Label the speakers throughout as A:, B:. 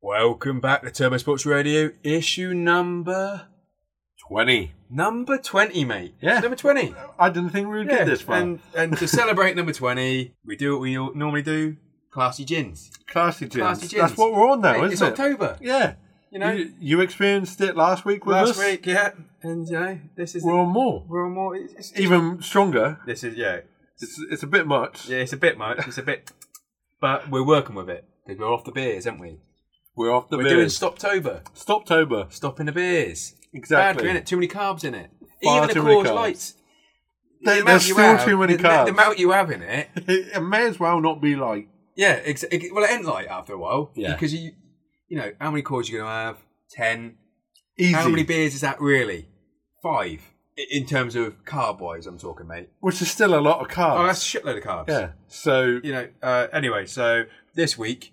A: Welcome back to Turbo Sports Radio, issue number
B: 20.
A: number twenty, mate.
B: Yeah.
A: number twenty.
B: I didn't think we would
A: Yeah,
B: get this far.
A: and and to celebrate number twenty, we do what we all- normally do: classy gins.
B: classy gins.
A: Classy gins.
B: That's what we're on now,
A: Mate,
B: isn't
A: it's
B: it?
A: October.
B: Yeah.
A: You know,
B: you, you experienced it last week with
A: last
B: us.
A: week, yeah, and you know, this is
B: We're on more.
A: we're on more. It's, it's,
B: Even stronger.
A: this is yeah,
B: It's, it's a bit much.
A: yeah. It's a bit much. It's a bit, but we're working with it. 'cause We're off the beers, aren't we?
B: We're off the
A: We're doing
B: beers.
A: Stoptober,
B: Stoptober.
A: stopping the beers.
B: Exactly.
A: Badly, innit? Too many carbs in it.
B: Far
A: Even
B: too
A: a
B: many
A: Coors
B: carbs.
A: Light.
B: There-
A: the amount
B: there's
A: you
B: still
A: have-
B: too many
A: the- The,
B: carbs.
A: the amount you have in it,
B: It, it may as well not be like
A: yeah. Ex- ex- well, it ain't light after a while
B: Yeah.
A: because you, you know, how many cores you gonna have? Ten.
B: easy.
A: How many beers is that really? Five. I- In terms of carb wise, I'm talking, mate.
B: Which is still a lot of carbs.
A: Oh, that's a shitload of carbs.
B: yeah. So
A: You know. Uh, anyway, so this week,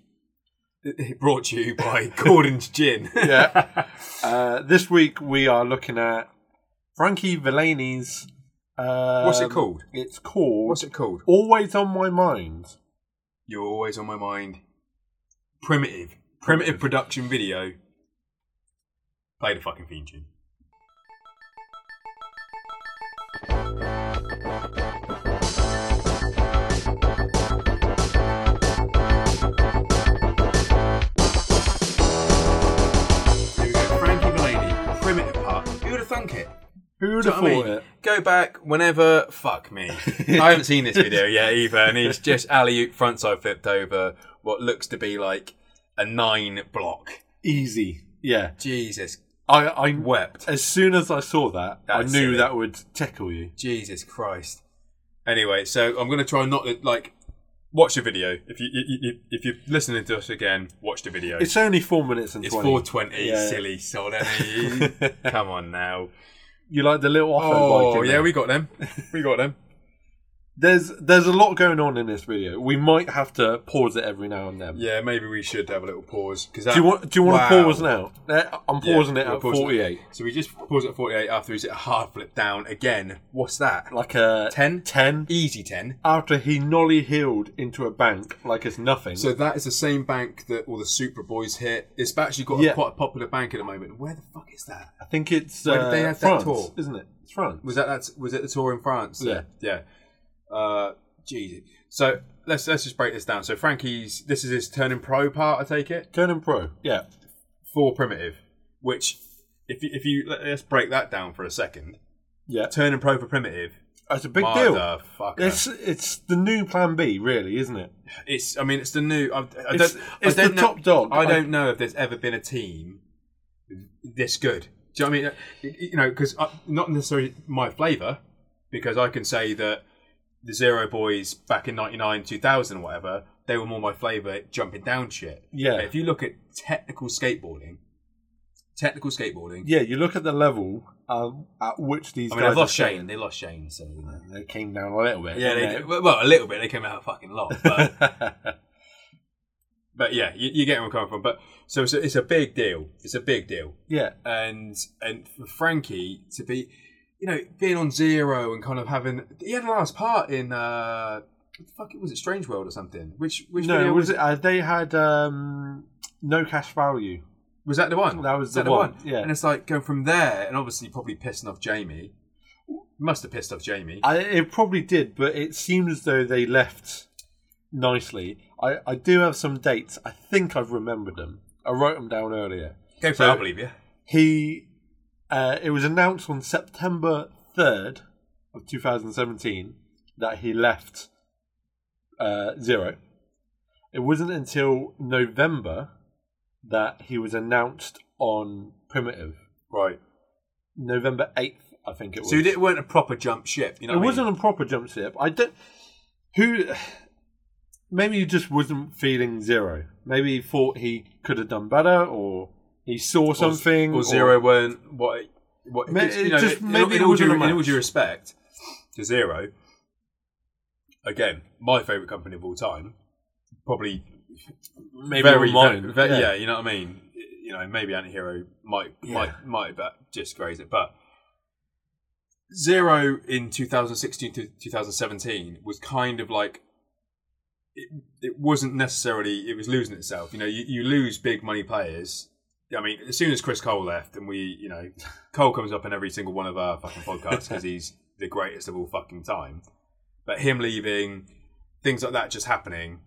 A: brought to you by Gordon's Gin.
B: yeah. Uh, this week we are looking at Frankie Villani's. Uh,
A: What's it called?
B: It's called
A: What's it called?
B: Always on My Mind.
A: You're always on my mind. Primitive. Primitive production video. Play the fucking theme tune. Here we go. Frankie Valenti, primitive part. Who would have thunk it?
B: Who would
A: Do
B: have
A: you know
B: thought
A: what I mean?
B: it?
A: Go back whenever. Fuck me. I haven't seen this video yet either, and he's just alley oop frontside flipped over what looks to be like a nine block.
B: Easy. Yeah.
A: Jesus
B: I, I
A: wept.
B: As soon as I saw that, I
A: That's
B: knew
A: it.
B: that would tickle you.
A: Jesus Christ. Anyway, so I'm gonna try not to like watch the video. If you, you, you if you're listening to us again, watch the video.
B: It's only four minutes and
A: It's
B: twenty.
A: 420,
B: Yeah.
A: silly sod. ain't it? Come on now.
B: You like the little off-road bike?
A: Oh,
B: in
A: yeah,
B: there?
A: we got them. We got them.
B: There's there's a lot going on in this video. We might have to pause it every now and then.
A: Yeah, maybe we should have a little pause. Cause that,
B: Do you want Do you want to
A: Wow.
B: pause now? Uh, I'm
A: Yeah,
B: pausing it
A: we'll
B: at
A: pause
B: 48.
A: So we just pause at 48 after he's at a hard flip down again. What's that?
B: Like a
A: 10?
B: 10
A: Easy 10.
B: after he nolly heeled into a bank like it's nothing.
A: So that is the same bank that all the Super Boys hit. It's actually got
B: Yeah.
A: a quite popular bank at the moment. Where the fuck is that?
B: I think it's
A: Where
B: uh,
A: did they have that
B: France,
A: tour?
B: isn't it? It's France.
A: Was that that's was it the tour in France?
B: Yeah.
A: yeah. Uh, Jesus. So let's let's just break this down. So Frankie's this is his turning pro part. I take it
B: Conan Pro. Yeah.
A: for primitive, which if you, if you let's break that down for a second.
B: Yeah.
A: Turning pro for primitive.
B: That's a big deal.
A: Motherfucker.
B: It's it's the new plan B, really, isn't it?
A: It's. I mean, it's the new. I, I
B: It's-
A: don't,
B: it's
A: I
B: the
A: don't know,
B: top dog.
A: I don't know if there's ever been a team this good. Do you know what I mean? You know, because not necessarily my flavour, because I can say that the Zero Boys back in '99, 2000, or whatever, they were more my flavour, jumping down shit.
B: Yeah.
A: But if you look at technical skateboarding, technical skateboarding.
B: Yeah, you look at the level um, at which these
A: I mean,
B: guys
A: they've lost
B: are
A: Shane. They lost Shane. So you know.
B: playing. They came down a little bit.
A: yeah, they,
B: didn't
A: well, a little bit. They came out a fucking lot, but.
B: they?
A: But yeah, you, you get where I'm coming from. But so it's a, it's a big deal. It's a big deal.
B: yeah,
A: And and for Frankie to be, you know, being on zero and kind of having he had a last part in uh, what the fuck it was it Strange World or something. Which which
B: no,
A: video
B: was it? Uh, they had um, no cash value.
A: was that the one?
B: That was
A: Is
B: the one, yeah.
A: And it's like going from there and obviously probably pissing off Jamie. Must have pissed off Jamie.
B: I, it probably did, but it seemed as though they left nicely. I, I do have some dates. I think I've remembered them. I wrote them down earlier.
A: Go for
B: so-
A: it, I believe you.
B: He, uh, it was announced on September third of two thousand seventeen that he left uh, Zero. It wasn't until November that he was announced on Primitive.
A: Right.
B: November eighth, I think it was.
A: So it weren't a proper jump ship. You know
B: it
A: what I mean?
B: wasn't a proper jump ship. I don't. Who? Maybe he just wasn't feeling zero. Maybe he thought he could have done better, or he saw
A: or-
B: something.
A: or zero weren't what what
B: Ma-
A: it's, you
B: it
A: know,
B: just-
A: in- in,
B: maybe
A: in
B: it
A: all
B: wasn't
A: due,
B: a
A: in all
B: match.
A: due respect to zero again my favorite company of all time probably
B: maybe
A: very,
B: mine.
A: very, very- yeah. you know what i mean you know maybe antihero might might might but just graze it but zero in 2016 to 2017 was kind of like it, it wasn't necessarily it was losing itself. You know, you, you lose big money players. I mean, as soon as Chris Cole left, and we, you know, Cole comes up in every single one of our fucking podcasts because he's the greatest of all fucking time. But him leaving, things like that just happening,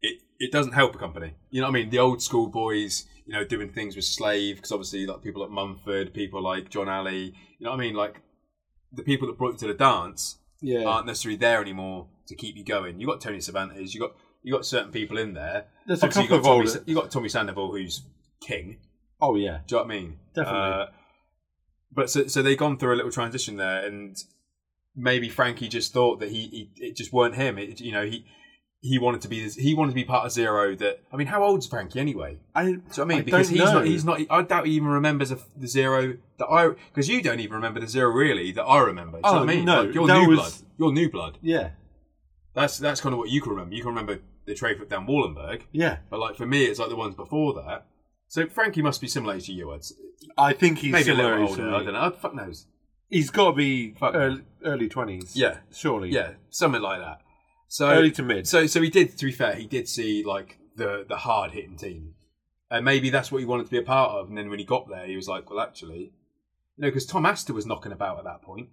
A: it it doesn't help a company. You know what I mean? The old school boys, you know, doing things with Slave because obviously like people like Mumford, people like John Alley. You know what I mean? Like the people that brought you to the dance
B: Yeah.
A: aren't necessarily there anymore to keep you going. You got Tony Cervantes, you got you got certain people in there.
B: There's a
A: Obviously,
B: couple
A: you
B: of
A: got Tommy,
B: older-
A: Sa- you got Tommy Sandoval who's king.
B: oh yeah.
A: Do you know what I mean?
B: Definitely.
A: Uh, but so so they've gone through a little transition there, and maybe Frankie just thought that he, he it just weren't him. It, you know he he wanted to be this, he wanted to be part of zero. That I mean, how old's Frankie anyway?
B: I
A: Do you know what I mean?
B: I
A: because
B: don't
A: he's
B: know.
A: not he's not. I doubt he even remembers the the zero that I because you don't even remember the zero really that I remember. Do you know
B: Oh,
A: what I mean?
B: no,
A: like, your
B: that
A: new
B: was-
A: blood, your new blood.
B: yeah.
A: That's that's kind of what you can remember. You can remember the trade foot down Wallenberg,
B: Yeah.
A: but like for me, it's like the ones before that. So Frankie must be similar to you. I'd, s-
B: I think he's
A: maybe a
B: similar age
A: little
B: to
A: older. I don't
B: me.
A: know. Fuck knows.
B: He's got to be
A: Fuck.
B: early, early 20s.
A: Yeah,
B: Surely.
A: yeah, something like that. So
B: Early to mid.
A: so so he did. To be fair, he did see like the the hard hitting team, and maybe that's what he wanted to be a part of. And then when he got there, he was like, well, actually, you know, because Tom Astor was knocking about at that point.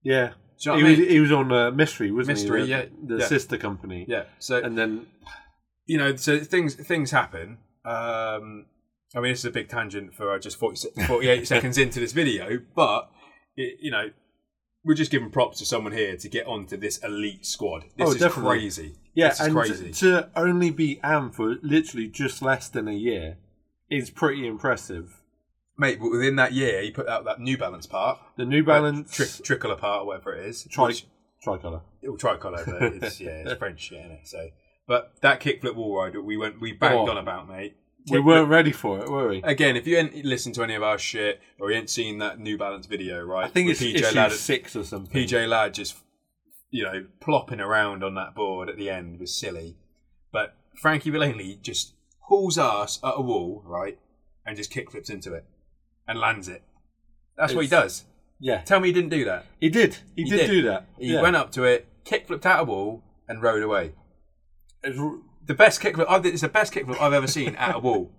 B: yeah.
A: Do you know
B: he,
A: what I mean?
B: was, he was on uh, Mystery, wasn't
A: Mystery,
B: he?
A: yeah,
B: The, the
A: yeah.
B: sister company.
A: yeah. So
B: And then,
A: you know, so things things happen. Um, I mean, this is a big tangent for uh, just 40, se- 48 seconds into this video, but it, you know, we're just giving props to someone here to get onto this elite squad. This
B: Oh,
A: is
B: definitely.
A: crazy.
B: yeah,
A: this is
B: and
A: crazy.
B: to only be Am for literally just less than a year is pretty impressive.
A: Mate, but within that year, he put out that New Balance part,
B: The New Balance
A: tri- tricolor part, or whatever it is.
B: tri-
A: which-
B: tricolor.
A: it'll tricolor, but it's yeah, it's French, yeah, innit? So, but that kickflip wall ride that we went, we banged
B: Oh.
A: on about, mate.
B: We
A: Kickflip-
B: weren't ready for it, were we?
A: Again, if you ain't listened to any of our shit or you ain't seen that New Balance video, right?
B: I think
A: with
B: it's issue
A: Ladd,
B: six or something.
A: PJ Ladd just you know plopping around on that board at the end was silly, but Frankie Villanely just hauls ass at a wall, right, and just kickflips into it and lands it. That's what he does.
B: Yeah,
A: Tell me he didn't do that.
B: he did. He,
A: He
B: did,
A: did.
B: do that.
A: He
B: yeah.
A: went up to it, kickflipped out a wall, and rode away.
B: It's r-
A: The best kickflip. I've- It's the best kickflip I've ever seen at a wall.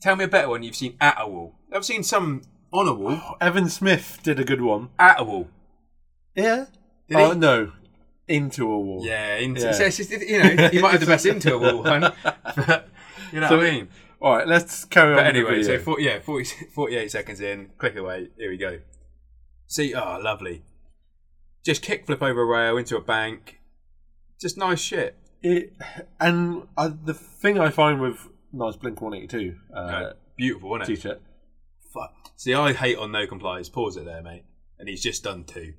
A: Tell me a better one you've seen at a wall. I've seen some on a wall.
B: Evan Smith did a good one.
A: At a wall.
B: Yeah.
A: Did
B: oh
A: he?
B: no, into a wall.
A: Yeah, into,
B: Yeah.
A: So it's just, you know, he might have the best into a wall one. but, you know
B: So-
A: what I mean?
B: All right, let's carry on.
A: But
B: with the
A: anyway, so
B: video.
A: 40, yeah, 40, 48 seconds in, click away, here we go. See, ah, lovely. Just kickflip over a rail into a bank. Just nice shit.
B: it, and uh, the thing I find with nice Blink One Eighty Two uh,
A: Uh, Beautiful, isn't it?
B: T-shirt,
A: Fuck. See, I hate on no complies. Pause it there, mate. And he's just done two.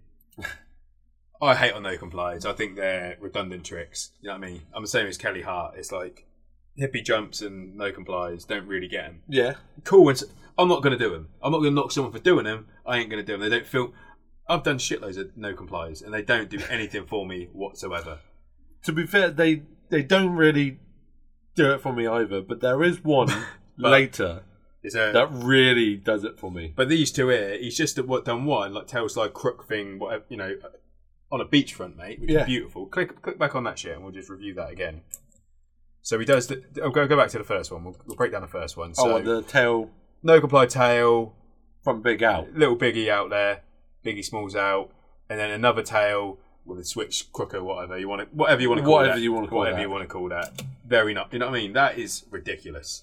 A: I hate on no complies. I think they're redundant tricks. You know what I mean? I'm the same as Kelly Hart. It's like hippie jumps and no complies don't really get him.
B: yeah,
A: Cool. And s- I'm not going to do them. I'm not going to knock someone for doing them. I ain't going to do them. They don't feel. I've done shitloads of no complies and they don't do anything for me whatsoever.
B: to be fair, they they don't really do it for me either. But there is one later
A: It's a,
B: that really does it for me.
A: But these two here, he's just at what done one, like tail slide crook thing, whatever you know, on a beachfront, mate, which
B: Yeah.
A: is beautiful. Click click back on that shit, and we'll just review that again. So he does. The, oh, go go back to the first one. We'll, we'll break down the first one. So
B: oh, and the tail
A: no comply tail,
B: from Big Out.
A: little Biggie out there, Biggie Smalls out, and then another tail with a switch crook or whatever you want to, whatever you want to call
B: Whatever
A: that,
B: you wanna call
A: whatever
B: that.
A: you want to call that. Very not, you know what I mean? That is ridiculous.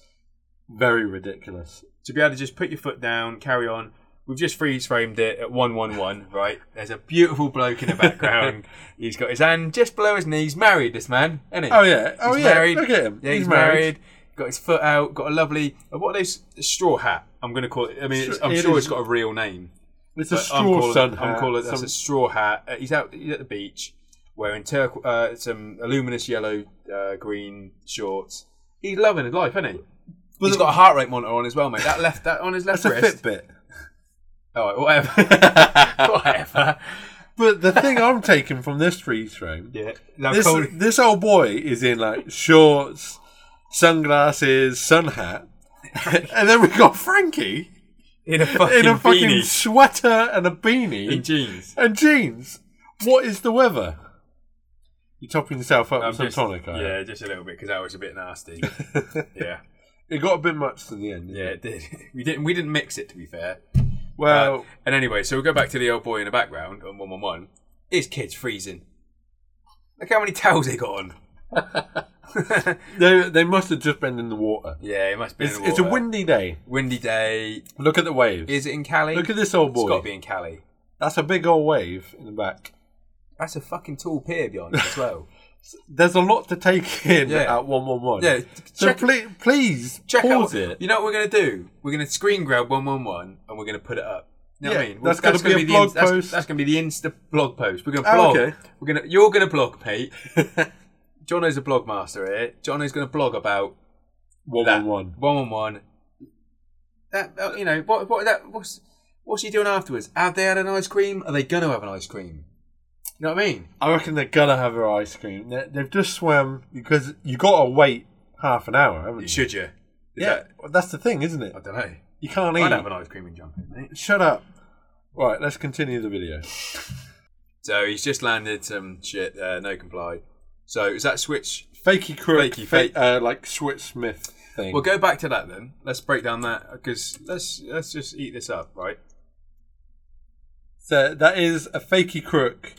B: Very ridiculous.
A: to be able to just put your foot down, carry on. We've just freeze framed it at one one one, right? There's a beautiful bloke in the background. he's got his hand just below his knee. He's married, this man, isn't he?
B: Oh yeah. Oh
A: he's
B: yeah.
A: married.
B: Look at him.
A: Yeah, he's, married. Got his foot out. Got a lovely. uh, What are those a straw hat? I'm going to call it. I mean, it's, I'm
B: It
A: sure
B: is-
A: it's got a real name.
B: It's a
A: but
B: straw
A: I'm calling,
B: sun
A: I'm
B: hat,
A: calling that's
B: some-
A: a straw hat. Uh, he's out. He's at the beach wearing turqu- uh, some luminous yellow uh, green shorts. He's loving his life, isn't he?
B: Well,
A: He's got a heart rate monitor on as well, mate. That left that on his left
B: that's a
A: wrist.
B: Fitbit.
A: All right, whatever. whatever.
B: But the thing I'm taking from this freeze frame,
A: Yeah. Now,
B: this
A: Cole,
B: this old boy is in like shorts, sunglasses, sun hat, and then we got Frankie
A: in a fucking
B: in a fucking
A: beanie,
B: sweater and a beanie
A: in jeans.
B: and jeans. What is the weather? You're topping yourself up
A: I'm
B: with some
A: just-
B: tonic, are you?
A: yeah, just a little bit because that was a bit nasty. yeah,
B: It got a bit much in the end. didn't
A: yeah,
B: it?
A: it did. We didn't we didn't mix it to be fair.
B: Well,
A: Uh, and anyway, so we go back to the old boy in the background on one one one. His kid's freezing. Look how many towels he got on.
B: they they must have just been in the water.
A: yeah, it must be.
B: It's, it's a windy day.
A: windy day.
B: Look at the waves.
A: Is it in Cali?
B: Look at this old
A: It's got
B: boy.
A: to be in Cali.
B: That's a big old wave in the back.
A: That's a fucking tall pier beyond as well.
B: There's a lot to take in
A: Yeah.
B: at one one one.
A: Yeah,
B: So
A: check-
B: please, please
A: Check
B: pause
A: out.
B: it.
A: You know what we're gonna do? We're gonna screen grab one one one, and we're gonna put it up. You know what I
B: Yeah,
A: mean?
B: that's gonna be a
A: the
B: blog
A: ins- that's-
B: post.
A: That's, gonna be the Insta blog post. We're gonna
B: Oh,
A: blog.
B: okay.
A: We're gonna. You're gonna blog, Pete. Jono's a blog master here. Jono's gonna blog about
B: One
A: that.
B: one
A: One
B: one.
A: one one. That uh, you know what what that what's what's he doing afterwards? Have they had an ice cream? Are they gonna have an ice cream? You know what I mean?
B: I reckon they're gonna have her ice cream. They, they've just swam because you gotta wait half an hour, haven't you?
A: Should you? Is
B: yeah,
A: that-
B: well, that's the thing, isn't it?
A: I don't know.
B: You can't
A: I'd
B: eat.
A: have an ice cream and jump in, mate.
B: Shut up. Right, let's continue the video.
A: So he's just landed some shit. Uh, no comply. So is that switch?
B: Fakey crook,
A: Fakey,
B: fa-
A: fake-
B: uh, like Switch Smith thing.
A: We'll go back to that then. Let's break down that because let's let's just eat this up, right?
B: So that is a fakey crook.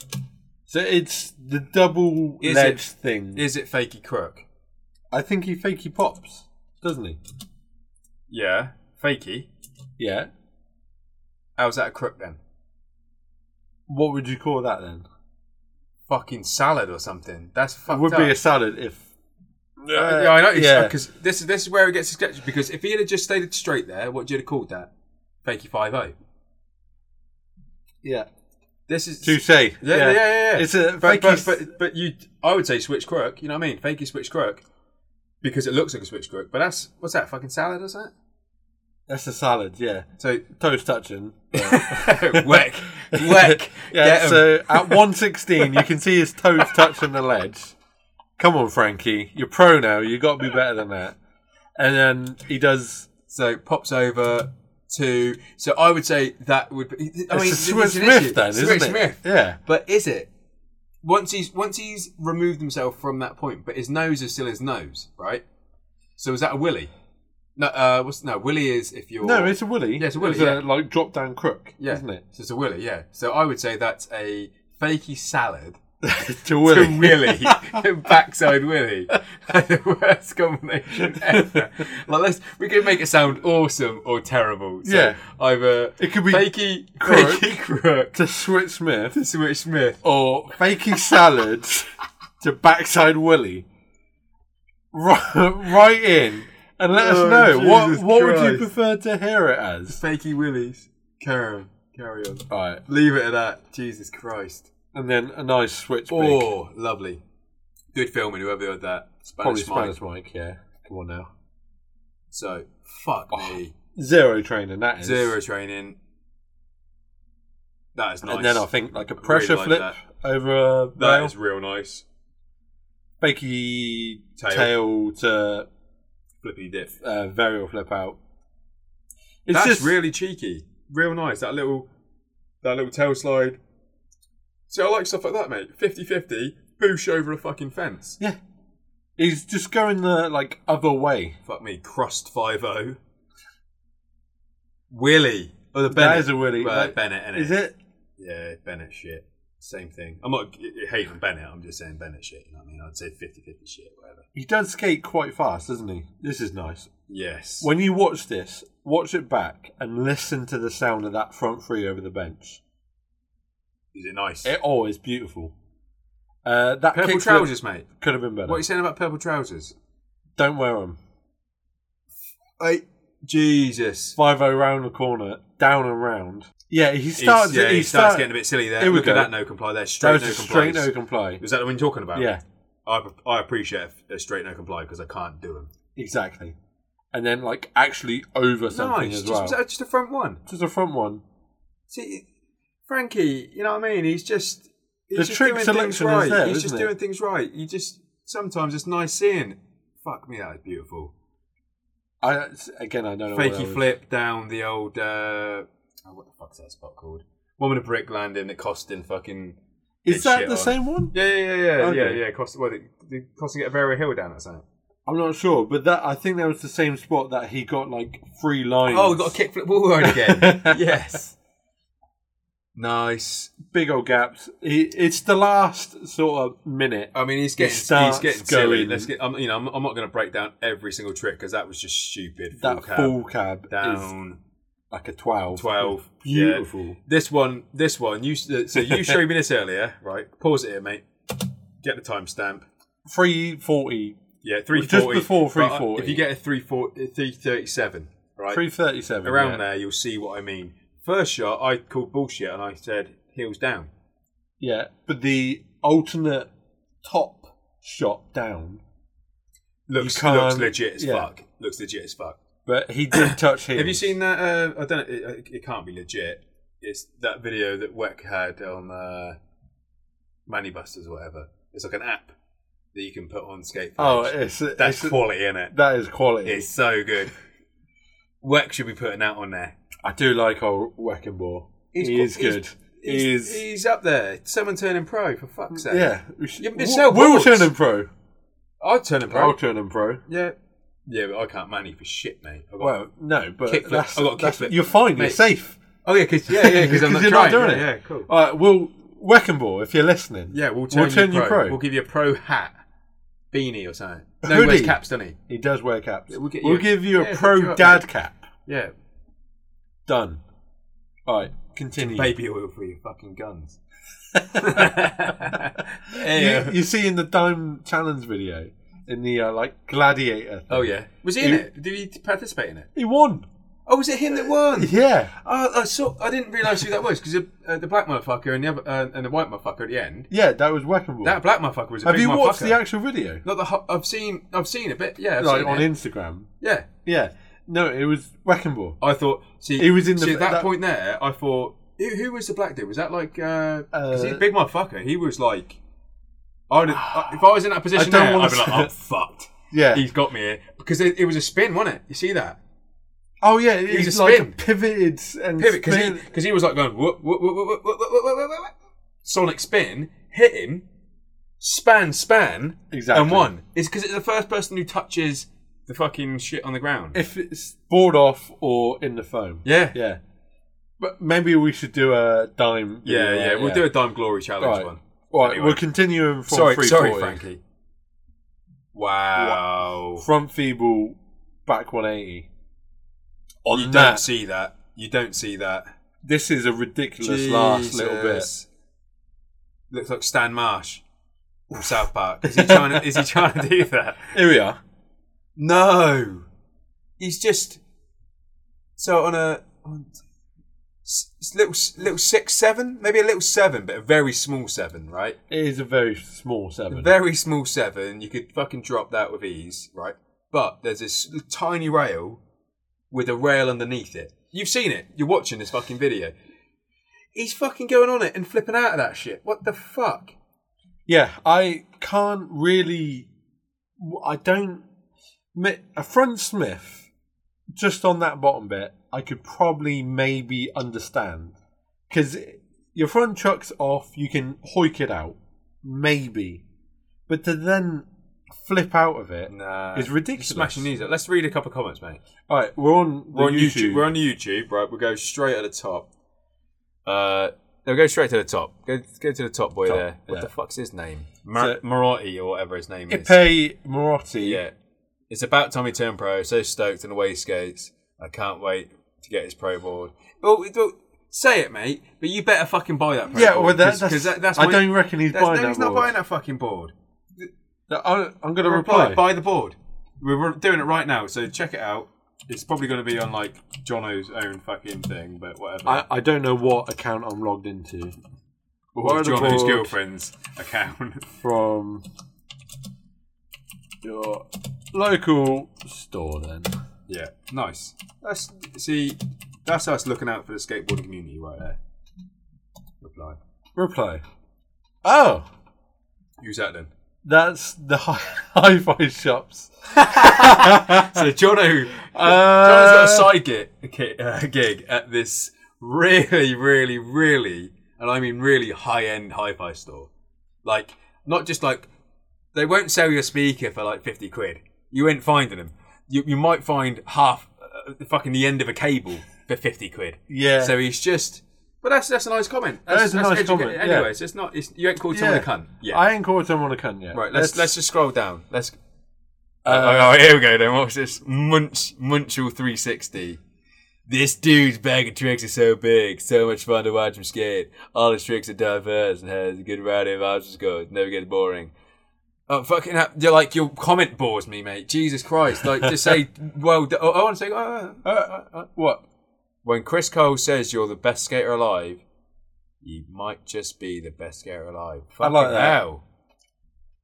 B: So it's the double
A: Is
B: ledge
A: it-
B: thing.
A: Is it fakey crook?
B: I think he fakey pops, doesn't he?
A: Yeah, fakey.
B: Yeah.
A: How's that a crook then?
B: What would you call that then?
A: Fucking salad or something. That's
B: It
A: fucked
B: would
A: up.
B: be a salad if.
A: Uh, yeah, I know.
B: Yeah.
A: Because this is this is where it gets sketchy. Because if he had just stayed straight there, what do you have called that? Fakey five o.
B: yeah.
A: This is
B: To say.
A: Yeah, yeah, yeah, yeah, yeah.
B: It's a
A: but, but,
B: fakey.
A: but, but you, I would say switch crook. You know what I mean? Fakey switch crook because it looks like a switch crook. But that's what's that? Fucking salad, is it?
B: that's a salad, yeah.
A: So
B: Toast touching.
A: weck, weck.
B: Yeah,
A: Get 'em.
B: so at 116, you can see his toes touching the ledge. Come on, Frankie. You're pro now. you got to be better than that. And then he does.
A: so it pops over to. So I would say that would. Be, I
B: I
A: mean,
B: mean, it's a Swiss
A: an issue.
B: Smith, then, isn't
A: Switch
B: it?
A: Smith.
B: Yeah.
A: But is it? Once he's once he's removed himself from that point, but his nose is still his nose, right? So is that a willy? No, uh, what's no willy is if you're
B: No, it's a Willy.
A: Yeah, it's a willy, yeah.
B: like drop down crook,
A: yeah,
B: isn't it?
A: So it's a willy, yeah. So I would say that's a fakey salad
B: It's a Willy.
A: to willy, backside willy. the worst combination ever. Like let's, we can make it sound awesome or terrible. So
B: Yeah.
A: either
B: It could be
A: fakey
B: crook.
A: fakey crook
B: to Switch Smith
A: to switch Smith.
B: or fakey salad to backside Willy. Right, right in and let
A: Oh,
B: us know
A: Jesus
B: what what would you
A: Christ.
B: prefer to hear it as.
A: Fakey willies. Carry on. Carry on.
B: All right,
A: Leave it at that. Jesus Christ.
B: and then a nice switch. beak.
A: Oh, lovely. Good filming, whoever heard that.
B: Probably
A: Spanish Mike.
B: Spanish Mike, yeah. Come on now.
A: So, fuck
B: Oh,
A: me.
B: Zero training, that is.
A: Zero training. That is nice.
B: And then I think like a pressure
A: like
B: flip
A: that.
B: over a
A: That
B: rail.
A: is real nice.
B: Fakey
A: Tail.
B: tail, to
A: Flippy dip.
B: uh, varial flip out. It's
A: That's
B: just
A: really cheeky. Real nice. That little that little tail slide. See, I like stuff like that, mate. 50-50, boosh over a fucking fence.
B: Yeah. He's just going the like other way.
A: Fuck me, crossed 5-0. Willie. Oh, the
B: That
A: Bennett.
B: is a really
A: Well,
B: like,
A: Bennett, innit?
B: Is it?
A: Yeah, Bennett shit. Same thing. I'm not g- hating Bennett. I'm just saying Bennett shit. You know what I mean? I'd say 50-50 shit, whatever.
B: He does skate quite fast, doesn't he? This is nice.
A: Yes.
B: When you watch this, watch it back and listen to the sound of that front three over the bench.
A: Is it nice?
B: It oh, it's beautiful. Uh, that
A: purple
B: kickflip-
A: trousers, mate.
B: Could have been better.
A: What are you saying about purple trousers?
B: Don't wear them.
A: I, Jesus.
B: Five o round the corner, down and round. Yeah, he
A: He's-
B: starts.
A: yeah,
B: he,
A: he starts
B: start-
A: getting a bit silly there.
B: Here we
A: Look at
B: go.
A: that no comply there.
B: That
A: Straight
B: was
A: no
B: a
A: comply.
B: straight no comply.
A: Is that the one you're talking about?
B: Yeah,
A: I, I appreciate a, a straight no comply because I can't do them.
B: exactly. And then like actually over something
A: nice.
B: as well.
A: Just,
B: Just,
A: was that just a front one.
B: a front one.
A: See, Frankie, you know what I mean? He's just he's
B: The
A: just
B: trick
A: doing things
B: selection is
A: right.
B: there,
A: he's
B: isn't
A: just
B: it?
A: doing things right. You just sometimes it's nice seeing. Fuck me, that is beautiful.
B: I again, I don't know. what I
A: Fakey
B: was-
A: flip down the old. Uh, oh, what the fuck's that spot called? One with a brick landing that cost in fucking
B: Is
A: Get
B: that
A: shit
B: the
A: on.
B: same one?
A: Yeah, yeah, yeah, yeah,
B: Okay.
A: yeah, yeah. Cost, well, it, it cost to get a Vera Hill down or something.
B: I'm not sure, but that I think that was the same spot that he got like three lines.
A: Oh, we got a kickflip wall ride again. yes. Nice.
B: big old gaps. It, it's the last sort of minute.
A: I mean, he's getting
B: starts
A: he's getting silly.
B: going-
A: Let's get. I'm, you know, I'm, I'm not going to break down every single trick because that was just stupid.
B: that
A: cab
B: full cab is
A: down
B: like a twelve.
A: twelve. Yeah.
B: Beautiful.
A: This one, this one. You so you showed me this earlier, right? Pause it here, mate. Get the timestamp.
B: Three forty.
A: Yeah, three forty. uh,
B: before 340.
A: If you get a three forty, three thirty-seven, right?
B: Three thirty seven.
A: around
B: yeah.
A: there, you'll see what I mean. First shot, I called bullshit and I said heels down.
B: Yeah. But the alternate top shot down.
A: Looks
B: can't-
A: looks legit as
B: yeah.
A: fuck. Looks legit as fuck.
B: But he did touch him.
A: Have you seen that? Uh, I don't. know, It, it can't be legit. It's that video that Weck had on uh, Manny Busters or whatever. It's like an app that you can put on skateboards.
B: Oh, it's,
A: that's
B: it's-
A: quality, isn't it?
B: that is quality.
A: It's so good. Weck should be putting that on there.
B: I do like old Weckenbore.
A: He's
B: He
A: qu-
B: is
A: he's-
B: good.
A: He's,
B: He is.
A: he's up there. Someone turning pro for fuck's sake.
B: Yeah, we should,
A: You- you
B: we'll,
A: sell
B: we'll
A: boards.
B: turn him pro.
A: I'd turn him pro.
B: I'll turn him pro.
A: Yeah. Yeah, but I can't manny for shit, mate. I've got-
B: Well, no, but
A: Kickflip.
B: that's,
A: I've got a
B: that's-
A: kickflip.
B: you're fine. You're
A: Mate.
B: safe.
A: oh yeah, because yeah, yeah, because I'm not
B: you're
A: trying.
B: not doing
A: yeah,
B: it.
A: Yeah, cool.
B: All right, well, Weckenbore, if you're listening,
A: Yeah, we'll turn,
B: we'll turn
A: you,
B: you
A: pro.
B: pro.
A: We'll give you a pro hat, beanie or something. No,
B: Hoodie.
A: he wears caps, doesn't he?
B: he does wear caps.
A: we'll
B: we'll,
A: get you-
B: give you
A: yeah,
B: a
A: hook
B: pro
A: you up,
B: dad cap.
A: Yeah,
B: Done. All right, continue.
A: baby oil for your fucking guns. uh,
B: You,
A: yeah.
B: you see in the Dime Challenge video in the uh, like gladiator. Thing,
A: Oh yeah, was he in it? Did he participate in it?
B: he won.
A: Oh, was it him that won?
B: Yeah,
A: Oh, I saw. I didn't realise who that was because uh, the black motherfucker and the other, uh, and the white motherfucker at the end.
B: yeah, that was Weckenbore.
A: That black motherfucker was a
B: Have
A: big
B: you watched
A: motherfucker.
B: the actual video?
A: Not the. ho- I've seen. I've seen a bit. Yeah, I've
B: Like
A: seen
B: on
A: it.
B: Instagram.
A: Yeah.
B: Yeah. No, it was Weckenbore.
A: I thought. See,
B: He was in the-
A: see, at that,
B: that-
A: point there. I thought, who, who was the black dude? Was that like? Uh, 'cause he's
B: Uh,
A: a big motherfucker. He was like. I would, I- if I was in that position,
B: don't
A: there,
B: wanna
A: I'd be like,
B: say
A: I'm
B: it.
A: fucked.
B: Yeah.
A: He's got me here because it, it was a spin, wasn't it? You see that
B: oh yeah, it
A: was
B: was
A: a
B: like
A: spin.
B: pivoted and
A: pivot because he
B: spin.
A: because he was like going whoop whoop whoop whoop whoop whoop whoop whoop, whoop, whoop. Sonic spin hit him, span span
B: Exactly.
A: and won. It's because it's the first person who touches the fucking shit on the ground.
B: if it's board off or in the foam.
A: yeah, yeah,
B: Yeah. But maybe we should do a dime.
A: yeah, We'll do a dime glory challenge
B: Right.
A: one.
B: Right,
A: Anyway.
B: we're continuing from
A: sorry,
B: 340.
A: sorry, Frankie. Wow.
B: Front feeble, back 180. On
A: You don't
B: that,
A: see that. You don't see that.
B: this is a ridiculous last little bit.
A: Jesus. Looks like Stan Marsh from South Park. Is he trying to, is he trying to do that?
B: Here we are.
A: No. He's just so on a on, s- s- little s- little 6 7, maybe a little 7, but a very small 7, right?
B: It is a very small seven.
A: very small seven. You could fucking drop that with ease, right? But there's this tiny rail with a rail underneath it. You've seen it. You're watching this fucking video. He's fucking going on it and flipping out of that shit. What the fuck?
B: Yeah, I can't really. I don't. mi- A front Smith, just on that bottom bit, I could probably maybe understand. Because your front chuck's off, you can hoik it out. Maybe. But to then flip out of it.
A: Nah,
B: It's ridiculous.
A: Smashing these up. Let's read a couple of comments, mate.
B: Alright, we're on,
A: We're on YouTube.
B: YouTube.
A: We're on YouTube, right? We'll go straight at the top. Uh, no, go straight to the top. Go, go to the top boy
B: Top,
A: there. What
B: yeah.
A: the fuck's his name? Mar-
B: So-
A: Marotti or whatever his name is.
B: Ipe Morotti.
A: Yeah. It's about Tommy turn pro. So stoked and away he skates. I can't wait to get his pro board. Well, it- well, say it, mate. But you better fucking buy that pro
B: Yeah,
A: board.
B: well, that,
A: 'cause-
B: that's,
A: 'cause that- that's
B: I
A: my-
B: don't reckon he's
A: that's-
B: buying
A: no,
B: that
A: he's not
B: board.
A: buying that fucking board.
B: No, I- I'm going to
A: Reply.
B: reply.
A: Buy the board. We're we're doing it right now, so check it out. It's probably going to be on like Jono's own fucking thing, but whatever.
B: I, I don't know what account I'm logged into.
A: or
B: buy the
A: Jono's
B: board.
A: girlfriend's account.
B: from your local store then.
A: yeah, nice. That's see, that's us looking out for the skateboarding community right there. Reply.
B: Reply. Oh,
A: Who's that then?
B: that's the hi- hi-fi shops.
A: So Jono, Jono's got a
B: Uh,
A: side gig, gig, uh, gig at this really, really, really and I mean really high end hi fi store. Like, not just like, they won't sell you a speaker for like 50 quid. You ain't finding them. You, you might find half, uh, fucking the end of a cable for 50 quid.
B: Yeah.
A: So he's just. But that's that's a nice comment.
B: That
A: That's,
B: is a
A: that's
B: nice
A: educa-
B: comment, yeah.
A: Anyways, it's not. It's, you ain't called someone a cunt. Yeah.
B: I ain't called someone a cunt yet.
A: right. Let's let's just scroll down. Let's.
B: Uh,
A: oh, oh, here we go then. What's this? Munch Munchel three sixty. This dude's bag of tricks is so big, so much fun to watch him skate. All his tricks are diverse and has a good variety of options. Go, It never gets boring. Oh fucking! Hell. You're like your comment bores me, mate. Jesus Christ! Like just say, well, d- oh, I want to say, uh, uh, uh, uh,
B: what?
A: when Chris Cole says you're the best skater alive, you might just be the best skater alive.
B: I
A: Fucking
B: like that.
A: hell.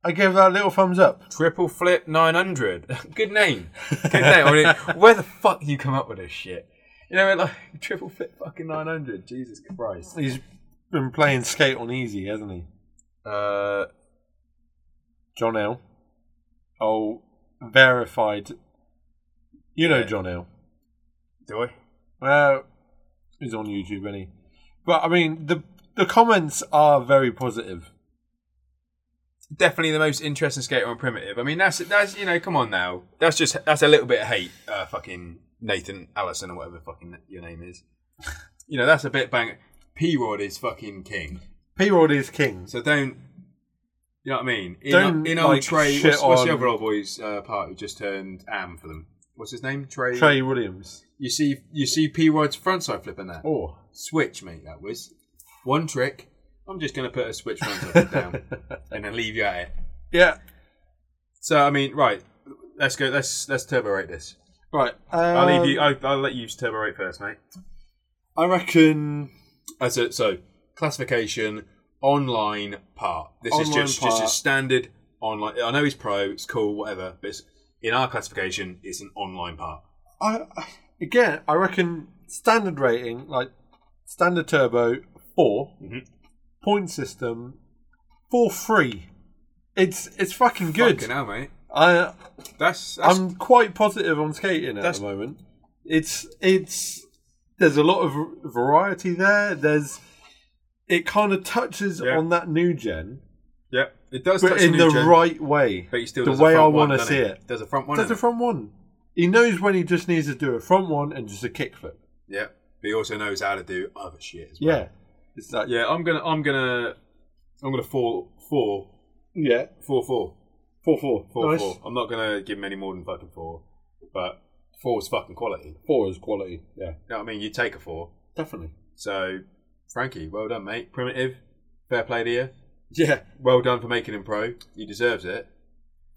B: I gave that a little thumbs up.
A: Triple Flip 900. Good name. Good name. I mean, where the fuck you come up with this shit? You know, like Triple Flip fucking 900. Jesus Christ.
B: He's been playing skate on easy, hasn't he?
A: Uh,
B: John L. Oh, verified. You know
A: Yeah.
B: John L.
A: do I?
B: Well, Uh, he's on YouTube, any. But I mean, the the comments are very positive.
A: Definitely the most interesting skater on Primitive. I mean, that's, that's you know, come on now. That's just, that's a little bit of hate. Uh, fucking Nathan Allison or whatever fucking your name is. You know, that's a bit bang. P-Rod is fucking king.
B: P Rod is king.
A: So don't. You know what I mean? In,
B: Don't,
A: in old
B: like,
A: Trey,
B: shit
A: what's, what's the
B: on-
A: other old boy's uh, part who just turned am for them? What's his name? Trey.
B: Trey Williams.
A: You see, you see P Rod's frontside flip in there.
B: Oh,
A: Switch, mate. That was one trick. I'm just gonna put a switch frontside flip down and then leave you at it.
B: yeah.
A: So I mean, right? Let's go. Let's let's turbo rate this.
B: Right.
A: I'll
B: um,
A: leave you. I'll, I'll let you turbo rate first, mate.
B: I reckon.
A: That's it. Uh, So classification online part. This is
B: Online
A: just
B: part.
A: just a standard online. I know he's pro. It's cool. Whatever. But it's, in our classification, it's an online part.
B: I I- again. I reckon standard rating, like standard turbo 4
A: Mhm.
B: point system for free. It's it's fucking good.
A: Fucking hell, mate.
B: I
A: That's, that's
B: I'm quite positive on skating at
A: That's-
B: the moment. It's it's there's a lot of v- variety there. There's it kind of touches
A: Yeah.
B: on that new gen,
A: yeah. It does.
B: but
A: touch
B: in
A: new
B: the
A: gen,
B: right way.
A: But he still
B: the
A: does
B: way
A: a
B: I
A: front one,
B: want to
A: doesn't
B: see
A: he?
B: it.
A: Does a front one.
B: That's a
A: doesn't
B: front one. He knows when he just needs to do a front one and just a kickflip.
A: he? Yeah. But he also knows how to do other shit as well.
B: Yeah, it's like
A: Yeah. I'm gonna. I'm gonna. I'm gonna four four
B: yeah,
A: four four.
B: four four
A: Four,
B: nice.
A: four. I'm not gonna give him any more than fucking four, but four is fucking quality.
B: Four is quality. Yeah,
A: You know what I mean? You take a four,
B: definitely.
A: So, Frankie, well done, mate. Primitive, fair play to you.
B: Yeah,
A: Well done for making him pro. He deserves it.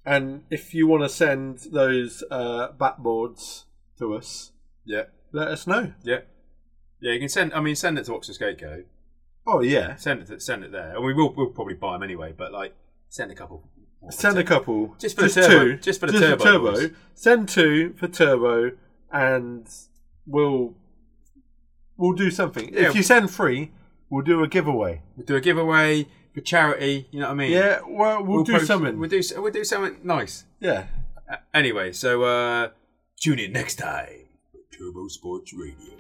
B: and if you want to send those uh, backboards to us,
A: Yeah,
B: let us know.
A: yeah, yeah. You can send. I mean, send it to Oxford Skate Co.
B: Oh yeah,
A: Send it. To, send it there. And we will. We'll probably buy them anyway. But like, send a couple. more.
B: Send a couple.
A: Just for the turbo- just for the turbo boys.
B: Send two for turbo, and we'll we'll do something.
A: Yeah.
B: If you send three, we'll do a giveaway.
A: We'll do a giveaway for charity. You know what I mean?
B: Yeah, well, we'll, do
A: post-
B: something.
A: We'll do. s- We'll do something nice.
B: yeah.
A: Uh, anyway, so uh tune in next time for Turbo Sports Radio.